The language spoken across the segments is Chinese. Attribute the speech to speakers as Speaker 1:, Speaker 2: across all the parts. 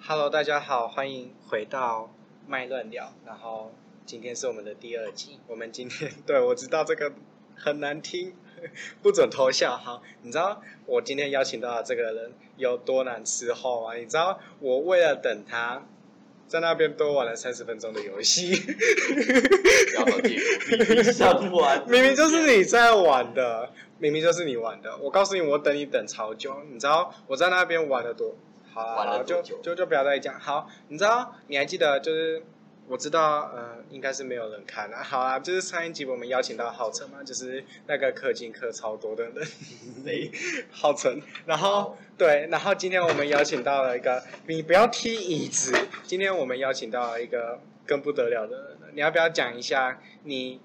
Speaker 1: Hello，大家好，欢迎回到麦乱聊。然后今天是我们的第二集，我们今天 对我知道这个很难听， 不准偷笑。好，你知道我今天邀请到的这个人有多难伺候啊？你知道我为了等他，在那边多玩了三十分钟的游戏，
Speaker 2: 要和解，明明上不完，
Speaker 1: 明明就是你在玩的，明明就是你玩的。我告诉你，我等你等超久，你知道我在那边玩了多，好啊、
Speaker 2: 玩了多
Speaker 1: 就
Speaker 2: 久
Speaker 1: 就就不要再讲。好，你知道你还记得就是。我知道，呃，应该是没有人看啊。好 啊，就是上一集我们邀请到浩辰嘛，就是那个氪金氪超多的人，
Speaker 2: 谁？
Speaker 1: 浩辰。然后
Speaker 2: 好
Speaker 1: 对，然后今天我们邀请到了一个，你不要踢椅子。今天我们邀请到了一个更不得了的人了，你要不要讲一下你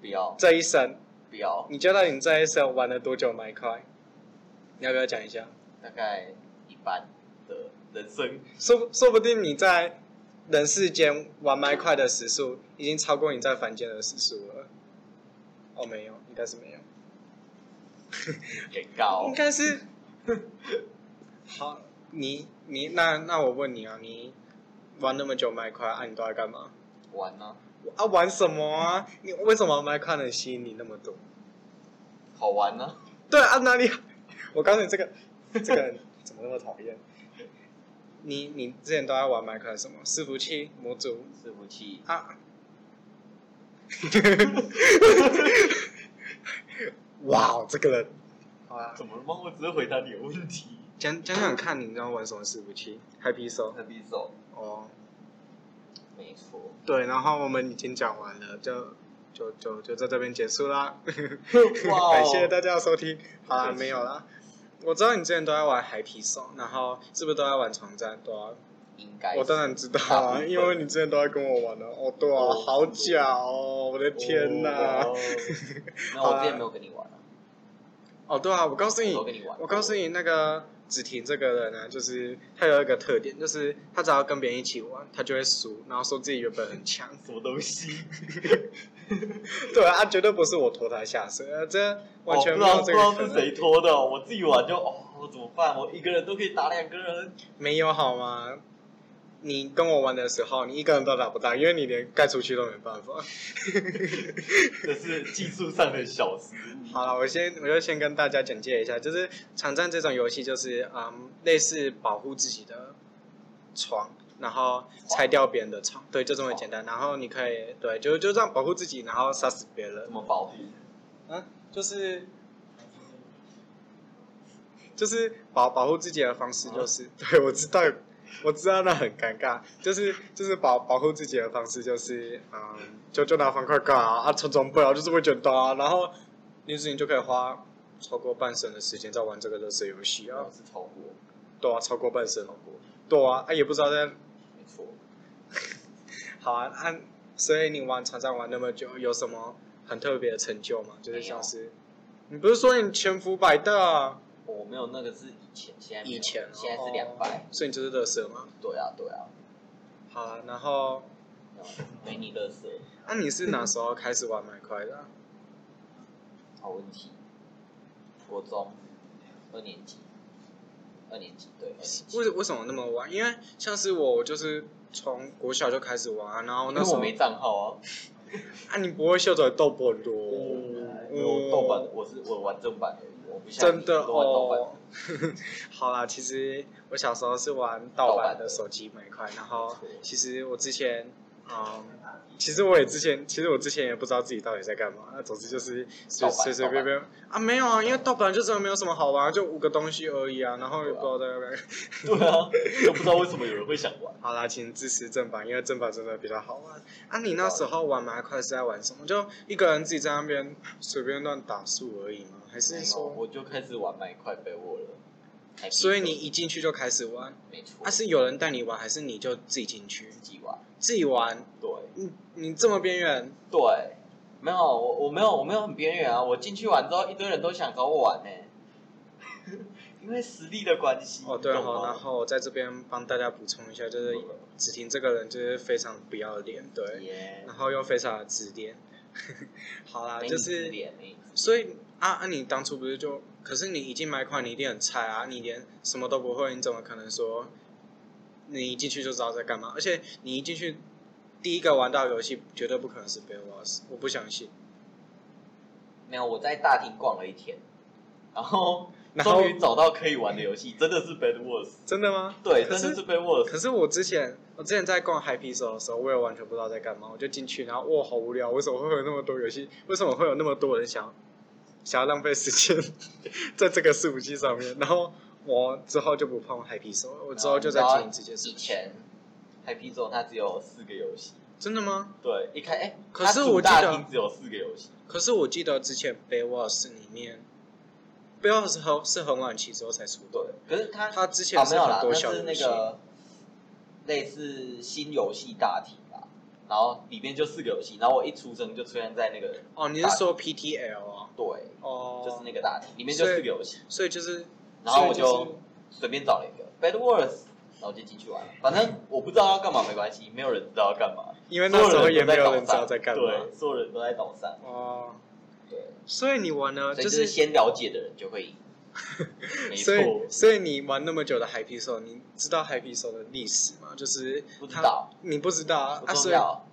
Speaker 2: 不要
Speaker 1: 这一生
Speaker 2: 不要，
Speaker 1: 你觉得你这一生玩了多久麦块？你要不要讲一下？
Speaker 2: 大概一般的人生，
Speaker 1: 说说不定你在人世间玩麦块的时速已经超过你在凡间的时速了。哦，没有，应该是没有，
Speaker 2: 给高
Speaker 1: 应。该是。 好，你你那那我问你啊，你玩那么久麦块啊，你都在干嘛？
Speaker 2: 玩呢、
Speaker 1: 啊，玩什么啊？你为什么麦块能吸引你那么多？
Speaker 2: 好玩呢、
Speaker 1: 对啊，哪里？ 我告诉你，这个这个人怎么那么讨厌？你你之前都在玩麦克什么伺服器模组
Speaker 2: 伺服器
Speaker 1: 啊？ 哇，这个人，好啊啦，
Speaker 2: 怎么了吗？我只是回答你的问题。
Speaker 1: 讲讲讲看，你知道玩什么伺服器？Happy s o
Speaker 2: 何必走？
Speaker 1: 哦，
Speaker 2: 没错。
Speaker 1: 对，然后我们已经讲完了，就就就就在这边结束啦。
Speaker 2: 哇、哦，
Speaker 1: 感谢大家的收 听。好啦，
Speaker 2: 客气
Speaker 1: 没有啦。我知道你之前都在玩海皮手，然后是不是都在玩床战？对啊，
Speaker 2: 应该是
Speaker 1: 我当然知道
Speaker 2: 大部
Speaker 1: 啊，
Speaker 2: 分
Speaker 1: 因为你之前都在跟我玩了。哦，对啊，
Speaker 2: 哦
Speaker 1: 好假哦！我的天哪。哦
Speaker 2: 哦没有，我之前没有跟你玩啊，
Speaker 1: 对啊，我告诉你
Speaker 2: 我，跟你玩。
Speaker 1: 我告诉，你，那个子婷这个人呢、就是他有一个特点，就是他只要跟别人一起玩，他就会输，然后说自己原本很 强。
Speaker 2: 什么东西？
Speaker 1: 对啊，绝对不是我拖他下水，啊，这完全
Speaker 2: 哦
Speaker 1: 没有这
Speaker 2: 不知
Speaker 1: 个
Speaker 2: 道不
Speaker 1: 可能
Speaker 2: 知道是。谁拖的，我自己玩就哦，我怎么办？我一个人都可以打两个人。
Speaker 1: 没有好吗？你跟我玩的时候，你一个人都打不到，因为你连盖出去都没办法。
Speaker 2: 这是技术上的小失误。
Speaker 1: 好了，我先我就先跟大家简介一下，就是场战这种游戏，就是嗯，类似保护自己的床，然后拆掉别人的床，对，就这么简单。然后你可以对，就就这样保护自己，然后杀死别人
Speaker 2: 怎。么保护？
Speaker 1: 嗯，就是就是保保护自己的方式就是，对我知道，我知道那很尴尬，就是就是保保护自己的方式就是，嗯，就就拿方块干啊，啊，重装备啊，就这么简单啊，然后林志颖就可以花超过半生的时间在玩这个热身游戏啊
Speaker 2: 我，是超过，
Speaker 1: 对啊，超过半生
Speaker 2: 超，过，
Speaker 1: 对啊，啊也不知道在
Speaker 2: 没错。
Speaker 1: 好啊，啊，所以你玩船上玩那么久，有什么很特别的成就吗？就是像是，你不是说你千夫百啊搭，
Speaker 2: 我没有那个是以前，现在没有
Speaker 1: 以前
Speaker 2: 现在是两百、
Speaker 1: 哦所以你就是乐色吗？
Speaker 2: 对啊对啊，
Speaker 1: 好啊，然后
Speaker 2: 没你乐色，
Speaker 1: 那、你是哪时候开始玩麦块的啊、
Speaker 2: 好问题。国中二年级，二年级对二年级，
Speaker 1: 为为什么那么晚？因为像是我，我就是从国小就开始玩啊，然后
Speaker 2: 因
Speaker 1: 那
Speaker 2: 为
Speaker 1: 时
Speaker 2: 我
Speaker 1: 候
Speaker 2: 没账号啊。
Speaker 1: 啊，你不会秀才豆波多，哦
Speaker 2: 因为我豆版我是我玩正版而已，我不像你
Speaker 1: 真的
Speaker 2: 都玩盗版。
Speaker 1: 哦。 好啦，其实我小时候是玩盗版的手机麦块，然后其实我之前，嗯，其实我也之前，其实我之前也不知道自己到底在干嘛。那总之就是随
Speaker 2: 盗版
Speaker 1: 随随便便啊，没有啊，因为盗版就真的没有什么好玩，就五个东西而已啊，然后也不知道在干嘛。
Speaker 2: 对啊，都不知道为什么有人会想玩。
Speaker 1: 好啦，请支持正版，因为正版真的比较好玩。啊，你那时候玩麦块是在玩什么？就一个人自己在那边随便乱打数而已吗？还是
Speaker 2: 然后
Speaker 1: 说，
Speaker 2: 我就开始玩麦块被窝了。还比
Speaker 1: 所以你一进去就开始玩？
Speaker 2: 没错，
Speaker 1: 啊，是有人带你玩，还是你就自己进去
Speaker 2: 自己玩。
Speaker 1: 自己玩？
Speaker 2: 对
Speaker 1: 你你这么边缘，
Speaker 2: 对，没有我我没有我没有很边缘啊，我进去玩之后，一堆人都想找我玩呢、 因为实力的关系。
Speaker 1: 哦对
Speaker 2: 你懂
Speaker 1: 哦，
Speaker 2: 吗
Speaker 1: 然后我在这边帮大家补充一下，就是子婷这个人就是非常不要脸，对，
Speaker 2: 耶
Speaker 1: 然后又非常的自恋。 好啦，
Speaker 2: 没
Speaker 1: 就
Speaker 2: 你自
Speaker 1: 是
Speaker 2: 恋没你自
Speaker 1: 所以啊啊，你当初不是就，可是你一进麦块，你一定很菜啊，你连什么都不会，你怎么可能说你一进去就知道在干嘛，而且你一进去第一个玩到游戏绝对不可能是 b e l l s 我不相信。
Speaker 2: 没有，我在大厅逛了一天，然后
Speaker 1: 然后
Speaker 2: 终于找到可以玩 的游戏，真的是 Bed Wars，
Speaker 1: 真的吗？
Speaker 2: 对，
Speaker 1: 可
Speaker 2: 真
Speaker 1: 是
Speaker 2: 的是 Bed Wars，
Speaker 1: 可是我之前我之前在逛 Happy Soul 的时候，我也完全不知道在干嘛，我就进去，然后哇，好无聊，为什么会有那么多游戏？为什么会有那么多人想要想要浪费时间 在这个伺服器上面？然后我之后就不碰 Happy Soul，我之后就在
Speaker 2: 然后
Speaker 1: 经营这件事
Speaker 2: 啊以
Speaker 1: 情。
Speaker 2: 前 Happy Zone 它只有四个游戏，
Speaker 1: 真的吗？
Speaker 2: 对，一开哎，
Speaker 1: 可是
Speaker 2: 它主
Speaker 1: 我记
Speaker 2: 大
Speaker 1: 得
Speaker 2: 厅只有四个游戏，
Speaker 1: 可是我记得之前 b a y w a t c h 里面 b a y w a t c h 很是很晚期之后才出的，
Speaker 2: 对，可是它
Speaker 1: 它之前
Speaker 2: 啊没
Speaker 1: 是
Speaker 2: 有啦
Speaker 1: 很，多
Speaker 2: 那
Speaker 1: 小
Speaker 2: 是
Speaker 1: 游
Speaker 2: 那
Speaker 1: 戏。
Speaker 2: 个类似新游戏大题啦，然后里面就四个游戏，然后我一出生就出现在那个
Speaker 1: 哦，你是说 PTL 啊？
Speaker 2: 对，
Speaker 1: 哦，
Speaker 2: 就是那个大题，里面就四个游戏，
Speaker 1: 所以就是，
Speaker 2: 然后
Speaker 1: 所
Speaker 2: 我
Speaker 1: 以
Speaker 2: 就随便找了一个 Bad Wars，然后就进去玩了，反正我不知道要干嘛没关系，没有人知道要干嘛，
Speaker 1: 因为
Speaker 2: 所
Speaker 1: 那时候
Speaker 2: 人
Speaker 1: 也
Speaker 2: 都
Speaker 1: 没
Speaker 2: 在
Speaker 1: 有人知
Speaker 2: 岛
Speaker 1: 道
Speaker 2: 上，
Speaker 1: 在干嘛
Speaker 2: 对，。所有人都在岛上，
Speaker 1: 哦，
Speaker 2: 对，
Speaker 1: 所以你玩了
Speaker 2: 所
Speaker 1: 就
Speaker 2: 以就是先了解的人 就会赢，没
Speaker 1: 所
Speaker 2: 错
Speaker 1: 以，所以你玩那么久的 Happy Soul，你知道 Happy Soul 的历史吗？就是
Speaker 2: 不知
Speaker 1: 它，
Speaker 2: 道
Speaker 1: 你不知道啊
Speaker 2: 不
Speaker 1: 啊？
Speaker 2: 重
Speaker 1: 所以
Speaker 2: 要，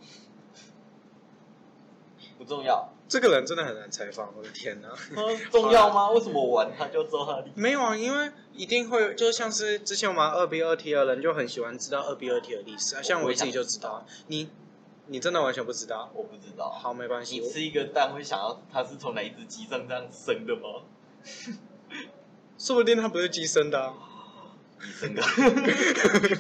Speaker 2: 不重要。
Speaker 1: 这个人真的很难采访，我的天哪！
Speaker 2: 重要吗？为什么我玩他就知道他的
Speaker 1: 没有啊，因为一定会，就像是之前玩二 B 二 T 的人就很喜欢知道二 B 二 T 的历史啊，像
Speaker 2: 我
Speaker 1: 我
Speaker 2: 也
Speaker 1: 自己就知道啊，你你真的完全不知道。
Speaker 2: 我不知道。
Speaker 1: 好，没关系
Speaker 2: 你，吃一个蛋会想要它是从哪一只鸡上这样生的吗？
Speaker 1: 说不定他不是鸡生的、啊，
Speaker 2: 你生 的，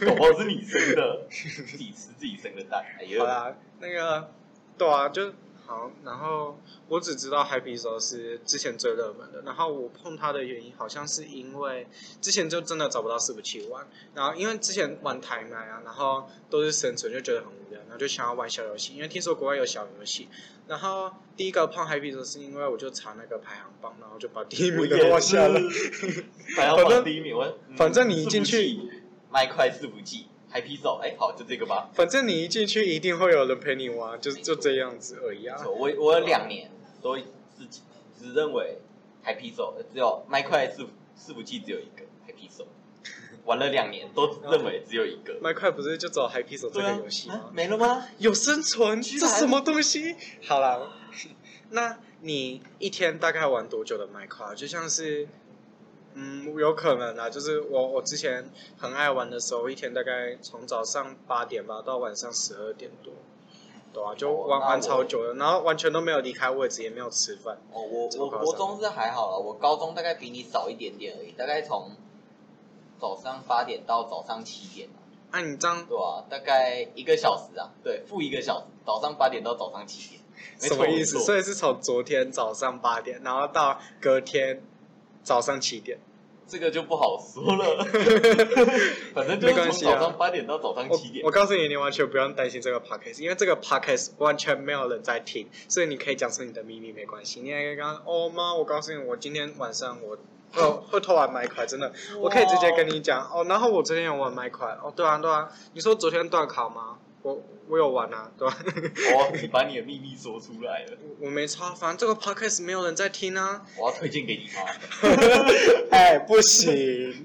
Speaker 2: 宝宝哦是你生的，自己吃自己生的蛋。哎呦
Speaker 1: 好，啦，那个，对啊，就好。然后我只知道 Happy Soul 是之前最热门的，然后我碰它的原因好像是因为之前就真的找不到伺服器玩，然后因为之前玩台麦啊，然后都是生存就觉得很无聊，然后就想要玩小游戏，因为听说国外有小游戏。然后第一个碰 Happy Soul 是因为我就查那个排行榜，然后就把第一
Speaker 2: 我
Speaker 1: 名给
Speaker 2: 也
Speaker 1: 画下来。
Speaker 2: 是。排行榜第一名，我嗯
Speaker 1: 反正你一进去
Speaker 2: 伺服器，麦块伺服器，还皮手，哎，好，就这个吧。
Speaker 1: 反正你一进去一定会有人陪你玩，就 就这样子而已啊。
Speaker 2: 我我有两年都自己只认为还皮手，只有麦块伺服伺服器只有一个还皮手，玩了两年都认为只有一个。
Speaker 1: 麦块不是就找 Happy Soul 这
Speaker 2: 对
Speaker 1: 个
Speaker 2: 啊
Speaker 1: 游戏吗
Speaker 2: 啊？没了吗？
Speaker 1: 有生存，
Speaker 2: 居
Speaker 1: 这
Speaker 2: 然
Speaker 1: 什么东西？好啦，那你一天大概玩多久的 Minecraft？就像是，嗯，有可能啦，就是我我之前很爱玩的时候，一天大概从早上八点吧到晚上十二点多，对啊，就
Speaker 2: 哦
Speaker 1: 玩
Speaker 2: 那
Speaker 1: 玩
Speaker 2: 我
Speaker 1: 超久了，然后完全都没有离开位置，也没有吃饭。
Speaker 2: 哦，我
Speaker 1: 超
Speaker 2: 我
Speaker 1: 夸张
Speaker 2: 国中是还好了，我高中大概比你少一点点而已，大概从早上八点到早上七点啊、
Speaker 1: 那、你这样
Speaker 2: 对啊，大概一个小时啊，对，负一个小时，早上八点到早上七点，没
Speaker 1: 什
Speaker 2: 错
Speaker 1: 么意思？
Speaker 2: 没错
Speaker 1: 所以是从昨天早上八点，然后到隔天早上七点。
Speaker 2: 这个就不好说 了，反正就
Speaker 1: 没
Speaker 2: 是
Speaker 1: 关系
Speaker 2: 从
Speaker 1: 啊
Speaker 2: 早上八点到早上
Speaker 1: 我
Speaker 2: 七点
Speaker 1: 我，告诉你，你完全不用担心这个 podcast，因为这个 podcast 完全没有人在听，所以你可以讲出你的秘密，没关系。你也可以跟他说哦妈，我告诉你，我今天晚上我哦会偷玩麦块，真的，啊我可以直接跟你讲哦。然后我昨天有玩麦块，哦对啊对啊，你说昨天断考吗？我我有玩啊，对吧、
Speaker 2: 哇，哦，你把你的秘密说出来了，
Speaker 1: 我我没抄，反正这个 podcast 没有人在听啊。
Speaker 2: 我要推荐给你妈，
Speaker 1: 哎，不行，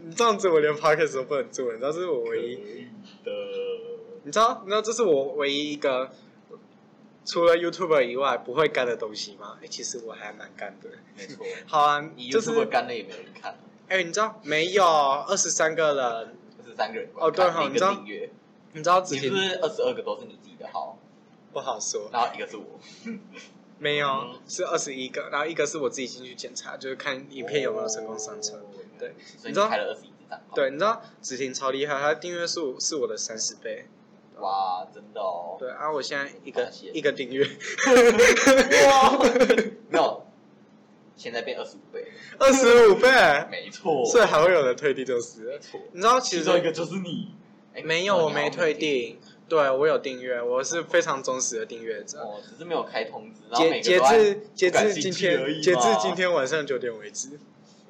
Speaker 1: 你这样子我连 podcast 都不能做，你知道这是我
Speaker 2: 可
Speaker 1: 唯一。
Speaker 2: 以的，
Speaker 1: 你知道，你知道这是我唯一一个除了 YouTube 以外不会干的东西吗？哎、其实我还蛮干的。
Speaker 2: 没错，
Speaker 1: 好啊，
Speaker 2: 你
Speaker 1: 就
Speaker 2: YouTube
Speaker 1: 是
Speaker 2: 干了也没人看，
Speaker 1: 哎、你知道没有二十三个人，
Speaker 2: 就是三个人
Speaker 1: 哦对哈你
Speaker 2: 看一
Speaker 1: 知道
Speaker 2: 个订阅。
Speaker 1: 你知道子
Speaker 2: 你是
Speaker 1: 婷
Speaker 2: 不是二十二个都是你自己的号，
Speaker 1: 不好说，
Speaker 2: 然后一个是我，
Speaker 1: 没有
Speaker 2: 嗯
Speaker 1: 是二十一个，然后一个是我自己进去检查，就是看影片有没有成功上传。
Speaker 2: 哦
Speaker 1: 对，你
Speaker 2: 所以
Speaker 1: 知
Speaker 2: 你
Speaker 1: 道
Speaker 2: 开了二十一只账号，，
Speaker 1: 对，你知道子婷超厉害，她订阅数是我的三十倍。
Speaker 2: 哇，真的哦，
Speaker 1: 对啊，我现在一个
Speaker 2: 发现
Speaker 1: 一个订阅
Speaker 2: 哇，没有，现在变二十五倍了，
Speaker 1: 二十五倍，
Speaker 2: 没错，
Speaker 1: 所以还会有人退订就是
Speaker 2: 没
Speaker 1: 了。
Speaker 2: 错，
Speaker 1: 你知道其
Speaker 2: 其
Speaker 1: 实
Speaker 2: 中一个就是你，哎
Speaker 1: 没有，我没退，
Speaker 2: 你
Speaker 1: 订。对，我有订阅，我是非常忠实的订阅
Speaker 2: 好
Speaker 1: 者。
Speaker 2: 哦，只是没有开通知，然后
Speaker 1: 截
Speaker 2: 每
Speaker 1: 截
Speaker 2: 个都按
Speaker 1: 至截
Speaker 2: 不感
Speaker 1: 至
Speaker 2: 兴
Speaker 1: 今
Speaker 2: 趣而已
Speaker 1: 天，
Speaker 2: 嘛
Speaker 1: 截至今天晚上九点为止，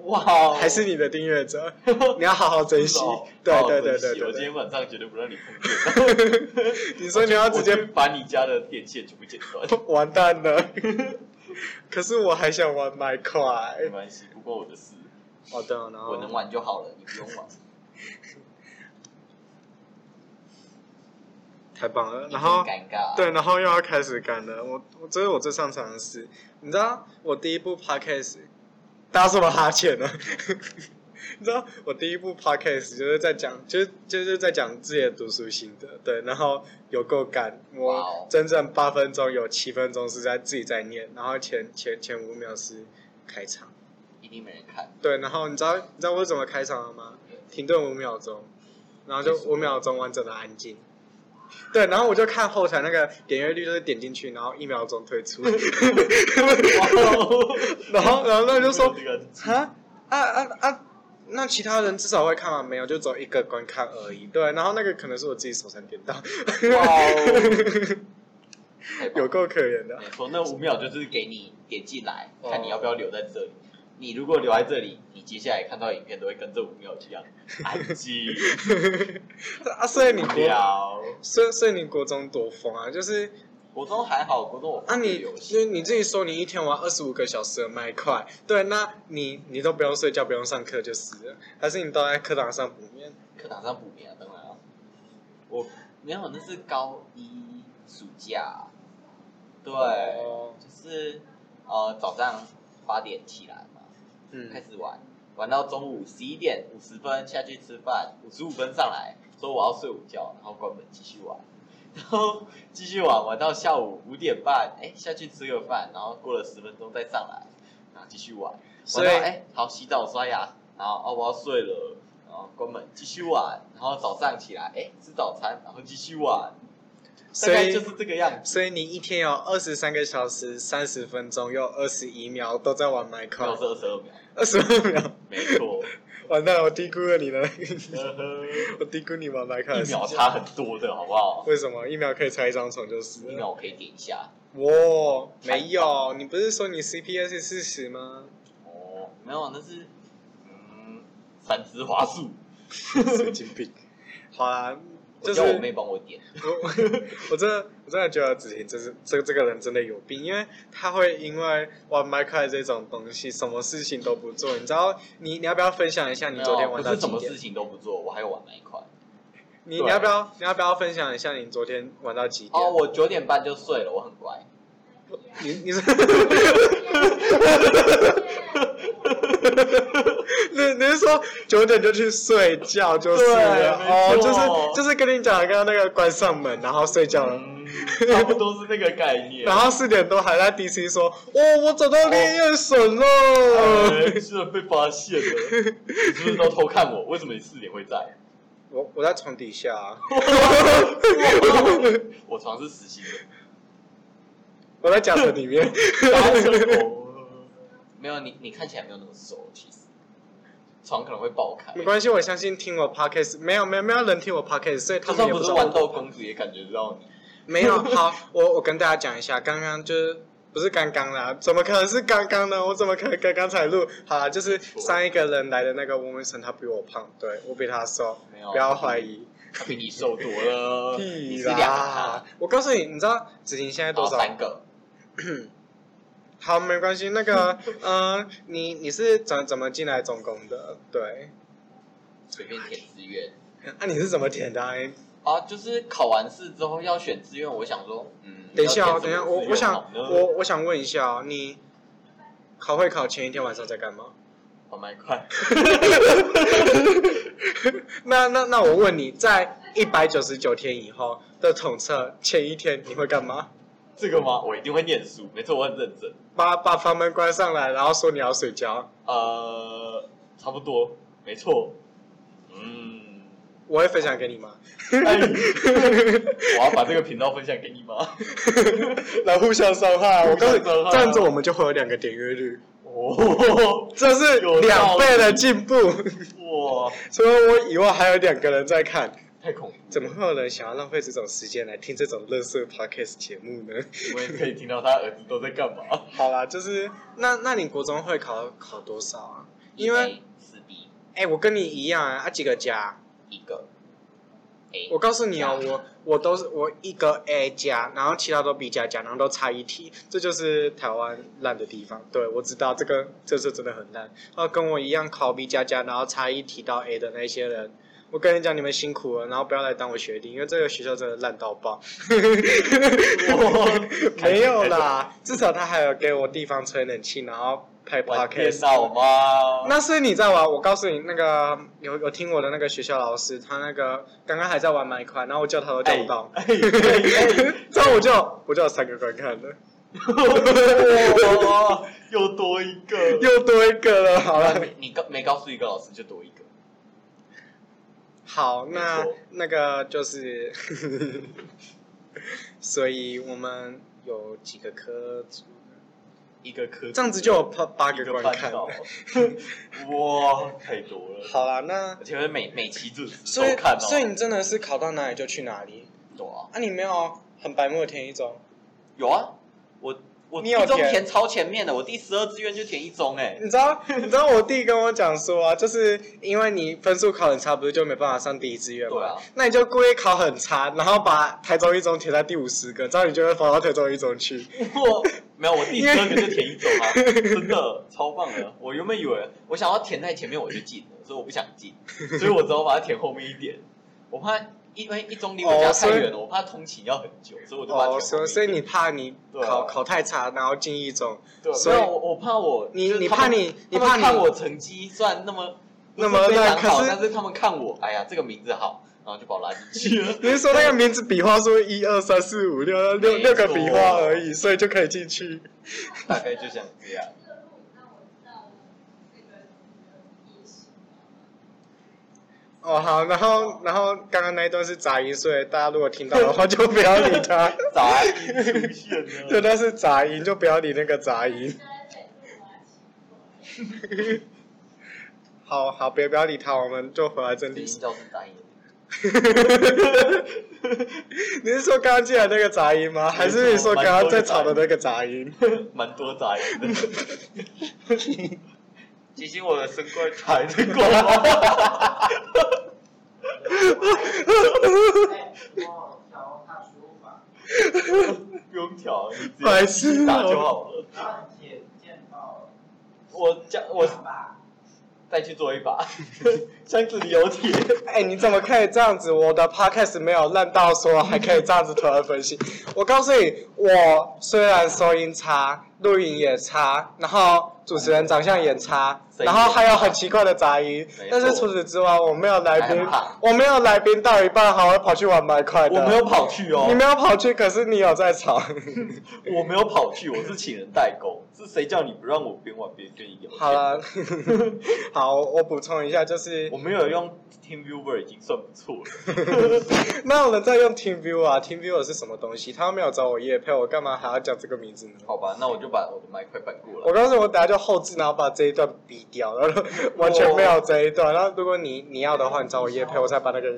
Speaker 2: 哇，
Speaker 1: 还 是你的订阅者，你要好好珍惜
Speaker 2: 是哦。
Speaker 1: 对
Speaker 2: 好好
Speaker 1: 对对
Speaker 2: 珍
Speaker 1: 对
Speaker 2: 惜我
Speaker 1: 对对，
Speaker 2: 今天晚上绝对不让你碰见，
Speaker 1: 你说你要直接
Speaker 2: 我就把你家的电线全部剪断，
Speaker 1: 完蛋了。 可是我还想玩麦块。
Speaker 2: 没关系，不关我的事。
Speaker 1: 嗯哦对啊，然后
Speaker 2: 我能玩就好了，你不用玩。
Speaker 1: 太棒了。
Speaker 2: 已经
Speaker 1: 然后
Speaker 2: 尴尬，，啊
Speaker 1: 对，然后又要开始干了。我我这是我最擅长的事。你知道我第一部 podcast 打什么哈欠呢？啊 你知道我第一部 podcast 就是在讲，就是就是在讲自己的读书心得，对，然后有够干，
Speaker 2: 哇哦
Speaker 1: 我整整八分钟有七分钟是在自己在念，然后前前前五秒是开场，
Speaker 2: 一定没人看。
Speaker 1: 对，然后你知道你知道我是怎么开场的吗？停顿五秒钟，然后就五秒钟完整的安静。对，然后我就看后台那个点阅率，就是点进去，然后一秒钟退出， 然后然后那就说
Speaker 2: 这个
Speaker 1: 哈啊啊啊，那其他人至少会看吗？没有，就只有一个观看而已。对，然后那个可能是我自己手残点到，
Speaker 2: 哇哦，太棒
Speaker 1: 有够可怜 的。
Speaker 2: 没错，那五秒就是给你点进来，
Speaker 1: 哦
Speaker 2: 看你要不要留在这里。你如果留在这里，你接下来看到影片都会跟这五秒一样安静
Speaker 1: 啊，所以你
Speaker 2: 无
Speaker 1: 国，
Speaker 2: 聊。
Speaker 1: 所以所以你国中多疯啊，就是
Speaker 2: 国中还好，国中我
Speaker 1: 啊
Speaker 2: 玩
Speaker 1: 你，
Speaker 2: 游
Speaker 1: 就
Speaker 2: 戏，
Speaker 1: 是你自己说你一天玩二十五个小时的麦块，对，那你你都不用睡觉，不用上课就是了，还是你都在课堂上补眠？
Speaker 2: 课堂上补眠啊，当然啊。我没有，那是高一暑假，啊对，
Speaker 1: 哦
Speaker 2: 就是呃早上八点起来嘛，开
Speaker 1: 嗯，
Speaker 2: 始玩，玩到中午十一点五十分下去吃饭，五十五分上来说我要睡午觉，然后关门继续玩， 然后继续玩玩到下午五点半，哎、下去吃个饭，然后过了十分钟再上来，然后继续玩，
Speaker 1: 所
Speaker 2: 玩
Speaker 1: 以
Speaker 2: 到哎、好洗澡刷牙，然后哦我要睡了，然后关门继续玩，然后早上起来哎、吃早餐，然后继续玩，大
Speaker 1: 所
Speaker 2: 概就
Speaker 1: 以
Speaker 2: 是这个样子。
Speaker 1: 所以你一天有二十三个小时、三十分钟又二十一秒都在玩麦块
Speaker 2: 没有，是二十二秒，
Speaker 1: 二十二秒，
Speaker 2: 没 错，
Speaker 1: 完蛋了，我低估了你的，
Speaker 2: 呵呵
Speaker 1: 我低估你玩麦块的
Speaker 2: 一
Speaker 1: 时
Speaker 2: 秒
Speaker 1: 间
Speaker 2: 差很多的好不好？
Speaker 1: 为什么一秒可以拆一张床就是
Speaker 2: 一
Speaker 1: 了？
Speaker 2: 秒我可以点一下。
Speaker 1: 哇，没有，你不是说你 CPS 是四十吗？
Speaker 2: 哦，没有，那是嗯，三只花束。
Speaker 1: 神经病。好啦，
Speaker 2: 我
Speaker 1: 就是
Speaker 2: 叫我妹帮我点，
Speaker 1: 我我我真的我真的觉得子婷真是这这个人真的有病，因为他会因为玩麦块这种东西，什么事情都不做。你知道，你你要不要分享一下你嗯昨天
Speaker 2: 没有
Speaker 1: 玩
Speaker 2: 不
Speaker 1: 到
Speaker 2: 哦是什
Speaker 1: 几
Speaker 2: 么
Speaker 1: 点
Speaker 2: 事？情都不做，我还有玩那一块。
Speaker 1: 你
Speaker 2: 对
Speaker 1: 你要不要你要不要分享一下你昨天玩到几点？
Speaker 2: 哦，我九点半就睡了，我很乖。
Speaker 1: 你 你是你你是说九点就去睡觉就是了
Speaker 2: 对
Speaker 1: 哦
Speaker 2: 没，错
Speaker 1: 就是就是跟你讲的刚刚那个关上门然后睡觉了。
Speaker 2: 嗯， 差不多是那个概 念。
Speaker 1: 然后四点多还在 DC 说，哦，我找到烈焰神了。
Speaker 2: 哎居然被发现了，你是不是都偷看我？为什么你四点会在？
Speaker 1: 我我在床底下、
Speaker 2: 我床是实心的。
Speaker 1: 我在夹层里面。
Speaker 2: 哦没有你，你看起来没有那么熟，其实床可能会爆开。
Speaker 1: 没关系，我相信听我 podcast 没有没有没有人听我 podcast，所以他
Speaker 2: 就
Speaker 1: 们
Speaker 2: 算
Speaker 1: 也
Speaker 2: 不
Speaker 1: 知
Speaker 2: 是
Speaker 1: 道
Speaker 2: 豌
Speaker 1: 我
Speaker 2: 豆公主，也感觉得到你。
Speaker 1: 没有。好，我我跟大家讲一下，刚刚就是不是刚刚啦，怎么可能是刚刚呢？我怎么可能刚刚才录？好啦，就是上一个人来的那个翁文成，他比我胖，对我比他瘦，
Speaker 2: 没有，
Speaker 1: 不要怀疑。
Speaker 2: 他比你瘦多了，你
Speaker 1: 屁
Speaker 2: 是两个
Speaker 1: 啦！我告诉你，你知道子婷现在
Speaker 2: 他，
Speaker 1: 多
Speaker 2: 多
Speaker 1: 少？
Speaker 2: 三个，
Speaker 1: 好，没关系。那 个，呃，你你是怎怎么进来中工的？对，
Speaker 2: 随便填志愿。
Speaker 1: 啊，你是怎么填的、啊？
Speaker 2: 啊，就是考完试之后要选志愿，我想说，嗯，
Speaker 1: 等一下
Speaker 2: 要
Speaker 1: 哦，等
Speaker 2: 填
Speaker 1: 一
Speaker 2: 什
Speaker 1: 下，
Speaker 2: 么
Speaker 1: 我
Speaker 2: 志愿
Speaker 1: 我想
Speaker 2: 好呢
Speaker 1: 我我想问一下哦，你考会考前一天晚上在干嘛？
Speaker 2: 好蛮快，
Speaker 1: 那那那我问你，在一百九十九天以后的统测前一天你会干嘛？
Speaker 2: 这个吗？我一定会念书，没错，我很认真。
Speaker 1: 把把房门关上来，然后说你要睡觉，
Speaker 2: 呃，差不多，没错。 嗯，
Speaker 1: 我会分享给你吗？
Speaker 2: 哎我要把这个频道分享给你吗？
Speaker 1: 来互相伤害，我告诉你，
Speaker 2: 互相伤害啊
Speaker 1: 这样子我们就会有两个点阅率，
Speaker 2: 哦，
Speaker 1: 这是
Speaker 2: 有道理
Speaker 1: 两倍的进步。
Speaker 2: 哇，
Speaker 1: 除了我以外，还有两个人在看，
Speaker 2: 太恐怖了！
Speaker 1: 怎么会有人想要浪费这种时间来听这种垃圾 podcast 节目呢？
Speaker 2: 我也可以听到他儿子都在干嘛？
Speaker 1: 好啦，就是那那你国中会考考多少啊？因为
Speaker 2: 四 B
Speaker 1: 哎、我跟你一样啊，啊几个加？
Speaker 2: 一个 A，
Speaker 1: 我告诉你哦，我我都是我一个 A 加，然后其他都 B 加加，然后都差一题，这就是台湾烂的地方。对，我知道这个这是真的很烂。然后跟我一样考 B 加加，然后差一题到 A 的那些人，我我跟你讲，你们辛苦了，然后不要来当我学弟，因为这个学校真的烂到爆。 没有啦， 至少他还有给我地方吹冷气，然后拍
Speaker 2: 我电
Speaker 1: podcast。
Speaker 2: 脑吗？
Speaker 1: 那是你在玩，我告诉你，那个有有听我的那个学校老师，他那个刚刚还在玩麦块，然后我叫他都叫不到，
Speaker 2: 哎哎哎
Speaker 1: 这样我就我就有三个观看了，
Speaker 2: 哎 哇，又多一个。
Speaker 1: 又多一个了。好了，
Speaker 2: 呃你你告每告诉一个老师就多一个。
Speaker 1: 好，那
Speaker 2: 没错
Speaker 1: 那个就是， 所以我们有几个科组，
Speaker 2: 一个科
Speaker 1: 这样子就有八八
Speaker 2: 一
Speaker 1: 个
Speaker 2: 个
Speaker 1: 观
Speaker 2: 半
Speaker 1: 看。
Speaker 2: 岛，哇，太多了，
Speaker 1: 好啦，那
Speaker 2: 而且会每每期准时收
Speaker 1: 所以
Speaker 2: 看哦，
Speaker 1: 所以你真的是考到哪里就去哪里
Speaker 2: 有啊，
Speaker 1: 啊？你没有很白目的填一中，
Speaker 2: 有啊，我我
Speaker 1: 你
Speaker 2: 一
Speaker 1: 有
Speaker 2: 中
Speaker 1: 填
Speaker 2: 填超前面的，我第十二志愿就填一中 哎，
Speaker 1: 你知道你知道我弟跟我讲说啊，就是因为你分数考很差，不是就没办法上第一志愿
Speaker 2: 对
Speaker 1: 吗？
Speaker 2: 啊，
Speaker 1: 那你就故意考很差，然后把台中一中填在第五十个，这样你就会跑到台中一中去。
Speaker 2: 我没有，我第十二个就填一中 啊，真的超棒的，我原本以为我想要填在前面我就进了，所以我不想进，所以我只好把它填后面一点，我怕。因为一中离我家
Speaker 1: 哦所以
Speaker 2: 太远了，我怕通勤要很久，所以我就把它
Speaker 1: 哦，
Speaker 2: 填后
Speaker 1: 所以
Speaker 2: 面一
Speaker 1: 所以
Speaker 2: 点
Speaker 1: 你怕你
Speaker 2: 对啊
Speaker 1: 考考太差，然后进一中，
Speaker 2: 对，
Speaker 1: 所以
Speaker 2: 没有我我怕我，
Speaker 1: 你
Speaker 2: 就是
Speaker 1: 你
Speaker 2: 他们
Speaker 1: 怕你你
Speaker 2: 他们
Speaker 1: 怕你
Speaker 2: 看我成绩虽然那么
Speaker 1: 那么
Speaker 2: 不是非常
Speaker 1: 烂可
Speaker 2: 好，
Speaker 1: 是
Speaker 2: 但是他们看我，哎呀，这个名字好，然后就把我拉进 去了。
Speaker 1: 你是说那个名字笔画数一二三四五六六
Speaker 2: 啊没错
Speaker 1: 六个笔画而已，所以就可以进去？
Speaker 2: 大概就想这样。
Speaker 1: 哦，好，然后然后刚刚那一段是杂音，所以大家如果听到的话就不要理 它。
Speaker 2: 杂音出现
Speaker 1: 对，
Speaker 2: 了，
Speaker 1: 那是杂音，就不要理那个杂音。 好好，别不要理它，我们就回来正
Speaker 2: 声
Speaker 1: 题
Speaker 2: 音。叫声杂音。
Speaker 1: 你是说刚刚进来那个杂音吗？还是你说刚刚在吵的那个杂音？
Speaker 2: 蛮多杂音的。提醒我的身怪杂音过吗？ 不用调，你直接
Speaker 1: 白痴哦
Speaker 2: 打就好了。我讲我再去做一把， 箱子里有 铁。
Speaker 1: 哎、你怎么可以这样子？我的 podcast 没有烂到说还可以这样子突然分析。我告诉你，我虽然收音差，录音也差，然后主持人长相也差，然后还有很奇怪的杂音
Speaker 2: 嗯没错，
Speaker 1: 但是除此之外，我没有来
Speaker 2: 还
Speaker 1: 宾
Speaker 2: 好，
Speaker 1: 我没有来宾到一半还会跑去玩麦块的。
Speaker 2: 我没有跑去哦
Speaker 1: 你，没有跑去，可是你有在吵。
Speaker 2: 我没有跑去，我是请人代购。是谁叫你不让我边玩边跟你聊天？
Speaker 1: 好， 了，好，我补充一下，就是
Speaker 2: 我没有用 TeamViewer 已经算不错了。
Speaker 1: 那有人在用 TeamViewer 啊？TeamViewer 是什么东西？他们没有找我夜配，我干嘛还要讲这个名字呢？
Speaker 2: 好吧，那我就把我的麦快搬过来。
Speaker 1: 我告诉你我等下就后置，然后把这一段逼掉，然后完全没有这一段。然后如果你你要的话，你找我夜配，我再把那个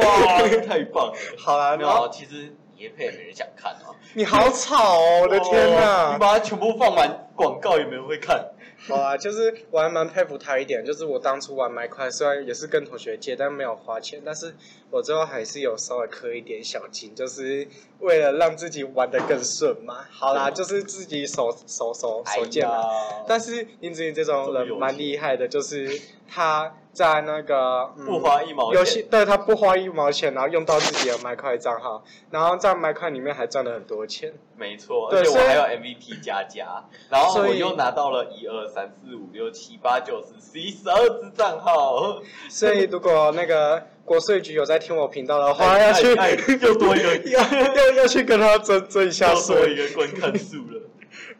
Speaker 2: 哇，太棒了！
Speaker 1: 好啦。
Speaker 2: 没
Speaker 1: 然
Speaker 2: 有啊，
Speaker 1: 后
Speaker 2: 其实也配没人想看啊。
Speaker 1: 你好吵哦，我的天
Speaker 2: 哦你
Speaker 1: 哪！
Speaker 2: 把它全部放完，广告也没人会看。
Speaker 1: 好啊，就是我还蛮佩服他一点，就是我当初玩麦块，虽然也是跟同学借，但没有花钱，但是我最后还是有稍微氪一点小金，就是为了让自己玩的更顺嘛。好啦，就是自己手手手
Speaker 2: 哎
Speaker 1: 手贱啦。
Speaker 2: 啦
Speaker 1: 啊但是林子颖这种人蛮厉害的，就是他在那个、嗯、
Speaker 2: 不花一毛
Speaker 1: 游戏，
Speaker 2: 钱，
Speaker 1: 对他不花一毛钱，然后用到自己的麦块账号，然后在麦块里面还赚了很多钱。
Speaker 2: 没错，
Speaker 1: 对
Speaker 2: 而且我
Speaker 1: 所以
Speaker 2: 还有 MVP 加加，然后
Speaker 1: 所
Speaker 2: 我
Speaker 1: 以
Speaker 2: 又拿到了一二三四五六七八九十十一十二只账号，
Speaker 1: 所以如果那个国税局有在听我频道的话，要去、
Speaker 2: 哎哎哎又多 一个
Speaker 1: 要要要去跟他争争一下
Speaker 2: 又多
Speaker 1: 税，
Speaker 2: 一个观看数了。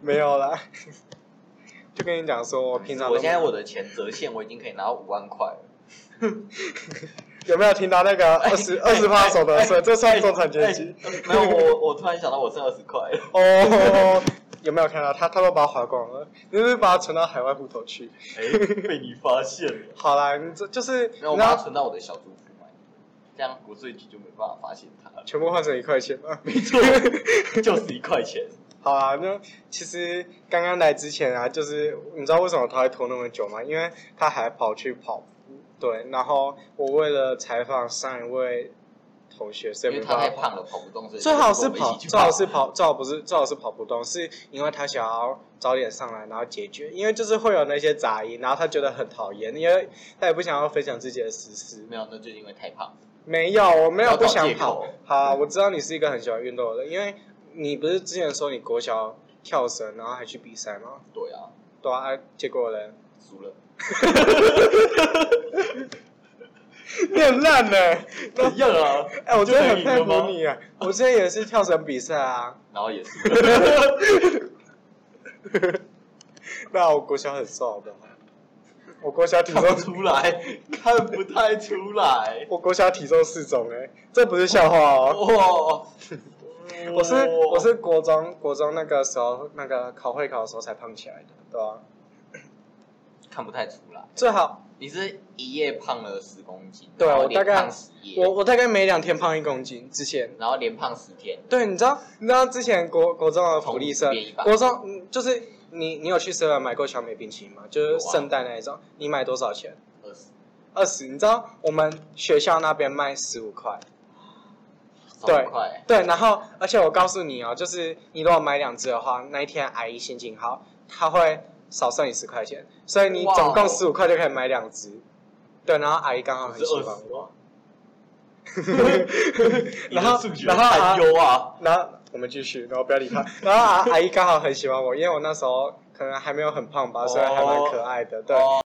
Speaker 1: 没有啦。 就跟你讲说，我平常都
Speaker 2: 我现在我的钱折现，我已经可以拿到五万块了。
Speaker 1: 有没有听到那个
Speaker 2: 哎
Speaker 1: 二十二十八手的税？这算中产阶级
Speaker 2: 哎哎没有，我我突然想到我剩二十块了。
Speaker 1: 哦。有没有看到他？他都把它划光了，你是不是把它存到海外户头去？
Speaker 2: 哎，被你发现了。
Speaker 1: 好啦，你这就是你
Speaker 2: 然后我
Speaker 1: 知
Speaker 2: 把它
Speaker 1: 道
Speaker 2: 存到我的小猪库买，这样国税局就没办法发现它 了。
Speaker 1: 全部换成一块钱吗？
Speaker 2: 没错，就是一块钱。
Speaker 1: 好啊，那其实刚刚来之前啊，就是你知道为什么他会拖那么久吗？因为他还跑去跑步，对。然后我为了采访上一位同头屑，所
Speaker 2: 因
Speaker 1: 以
Speaker 2: 为
Speaker 1: 没
Speaker 2: 他
Speaker 1: 办
Speaker 2: 太
Speaker 1: 法跑。
Speaker 2: 胖了，跑不动，所以
Speaker 1: 最好是
Speaker 2: 就跟我们
Speaker 1: 跑，
Speaker 2: 一起去
Speaker 1: 最好是跑，最好不是最好是跑不动，是因为他想要早点上来，然后解决，因为就是会有那些杂音，然后他觉得很讨厌，因为他也不想要分享自己的私事。
Speaker 2: 没有，那就是因为太胖。
Speaker 1: 没有，我没有不想
Speaker 2: 不要找
Speaker 1: 跑
Speaker 2: 借口。
Speaker 1: 好啊、我知道你是一个很喜欢运动的人，因为你不是之前说你国小跳绳，然后还去比赛吗？
Speaker 2: 对啊，
Speaker 1: 对啊，啊结果 嘞，
Speaker 2: 输了，
Speaker 1: 你很烂呢、
Speaker 2: 一样啊，
Speaker 1: 哎、我真的很
Speaker 2: 就等于
Speaker 1: 佩
Speaker 2: 赢了
Speaker 1: 服
Speaker 2: 吗
Speaker 1: 你啊！我之前也是跳绳比赛啊，
Speaker 2: 然后也输 了，
Speaker 1: 那我国小很瘦，好不好？我国小体
Speaker 2: 看不
Speaker 1: 重，
Speaker 2: 出来，看不太出 来。
Speaker 1: 我国小体重适中哎、这不是笑话哦。
Speaker 2: 哇，
Speaker 1: 我是
Speaker 2: 哦
Speaker 1: 我是国中国中那个时候那个考会考的时候才胖起来的，对吧、
Speaker 2: 看不太出来，
Speaker 1: 最好
Speaker 2: 你是一夜胖了十公斤，
Speaker 1: 对啊
Speaker 2: 然后
Speaker 1: 我
Speaker 2: 连
Speaker 1: 大概
Speaker 2: 胖十夜
Speaker 1: 我，我大概每两天胖一公斤之前。
Speaker 2: 然后连胖十天，
Speaker 1: 对，你知道，你知道之前国国中的福利社
Speaker 2: 从五变一，百
Speaker 1: 国中嗯就是你你有去 seven 买过小美冰淇淋吗？就
Speaker 2: 有
Speaker 1: 是
Speaker 2: 啊
Speaker 1: 圣诞那一种，你买多少钱？
Speaker 2: 二十，
Speaker 1: 二十。你知道我们学校那边卖十五块，对
Speaker 2: 超快，
Speaker 1: 对，然后而且我告诉你哦，就是你如果买两只的话，那一天阿姨心情好，她会少算你十块钱，所以你
Speaker 2: 哇哦
Speaker 1: 总共十五块就可以买两只。对，然后阿姨刚好
Speaker 2: 我
Speaker 1: 很
Speaker 2: 是
Speaker 1: 喜
Speaker 2: 二
Speaker 1: 欢
Speaker 2: 十
Speaker 1: 我，
Speaker 2: 吗？
Speaker 1: 然后
Speaker 2: 你的数学
Speaker 1: 然后啊
Speaker 2: 堪忧啊，
Speaker 1: 然后我们继续，然后不要理他。然后阿阿姨刚好很喜欢我，因为我那时候可能还没有很胖吧，所以还蛮可爱的。对，
Speaker 2: 哦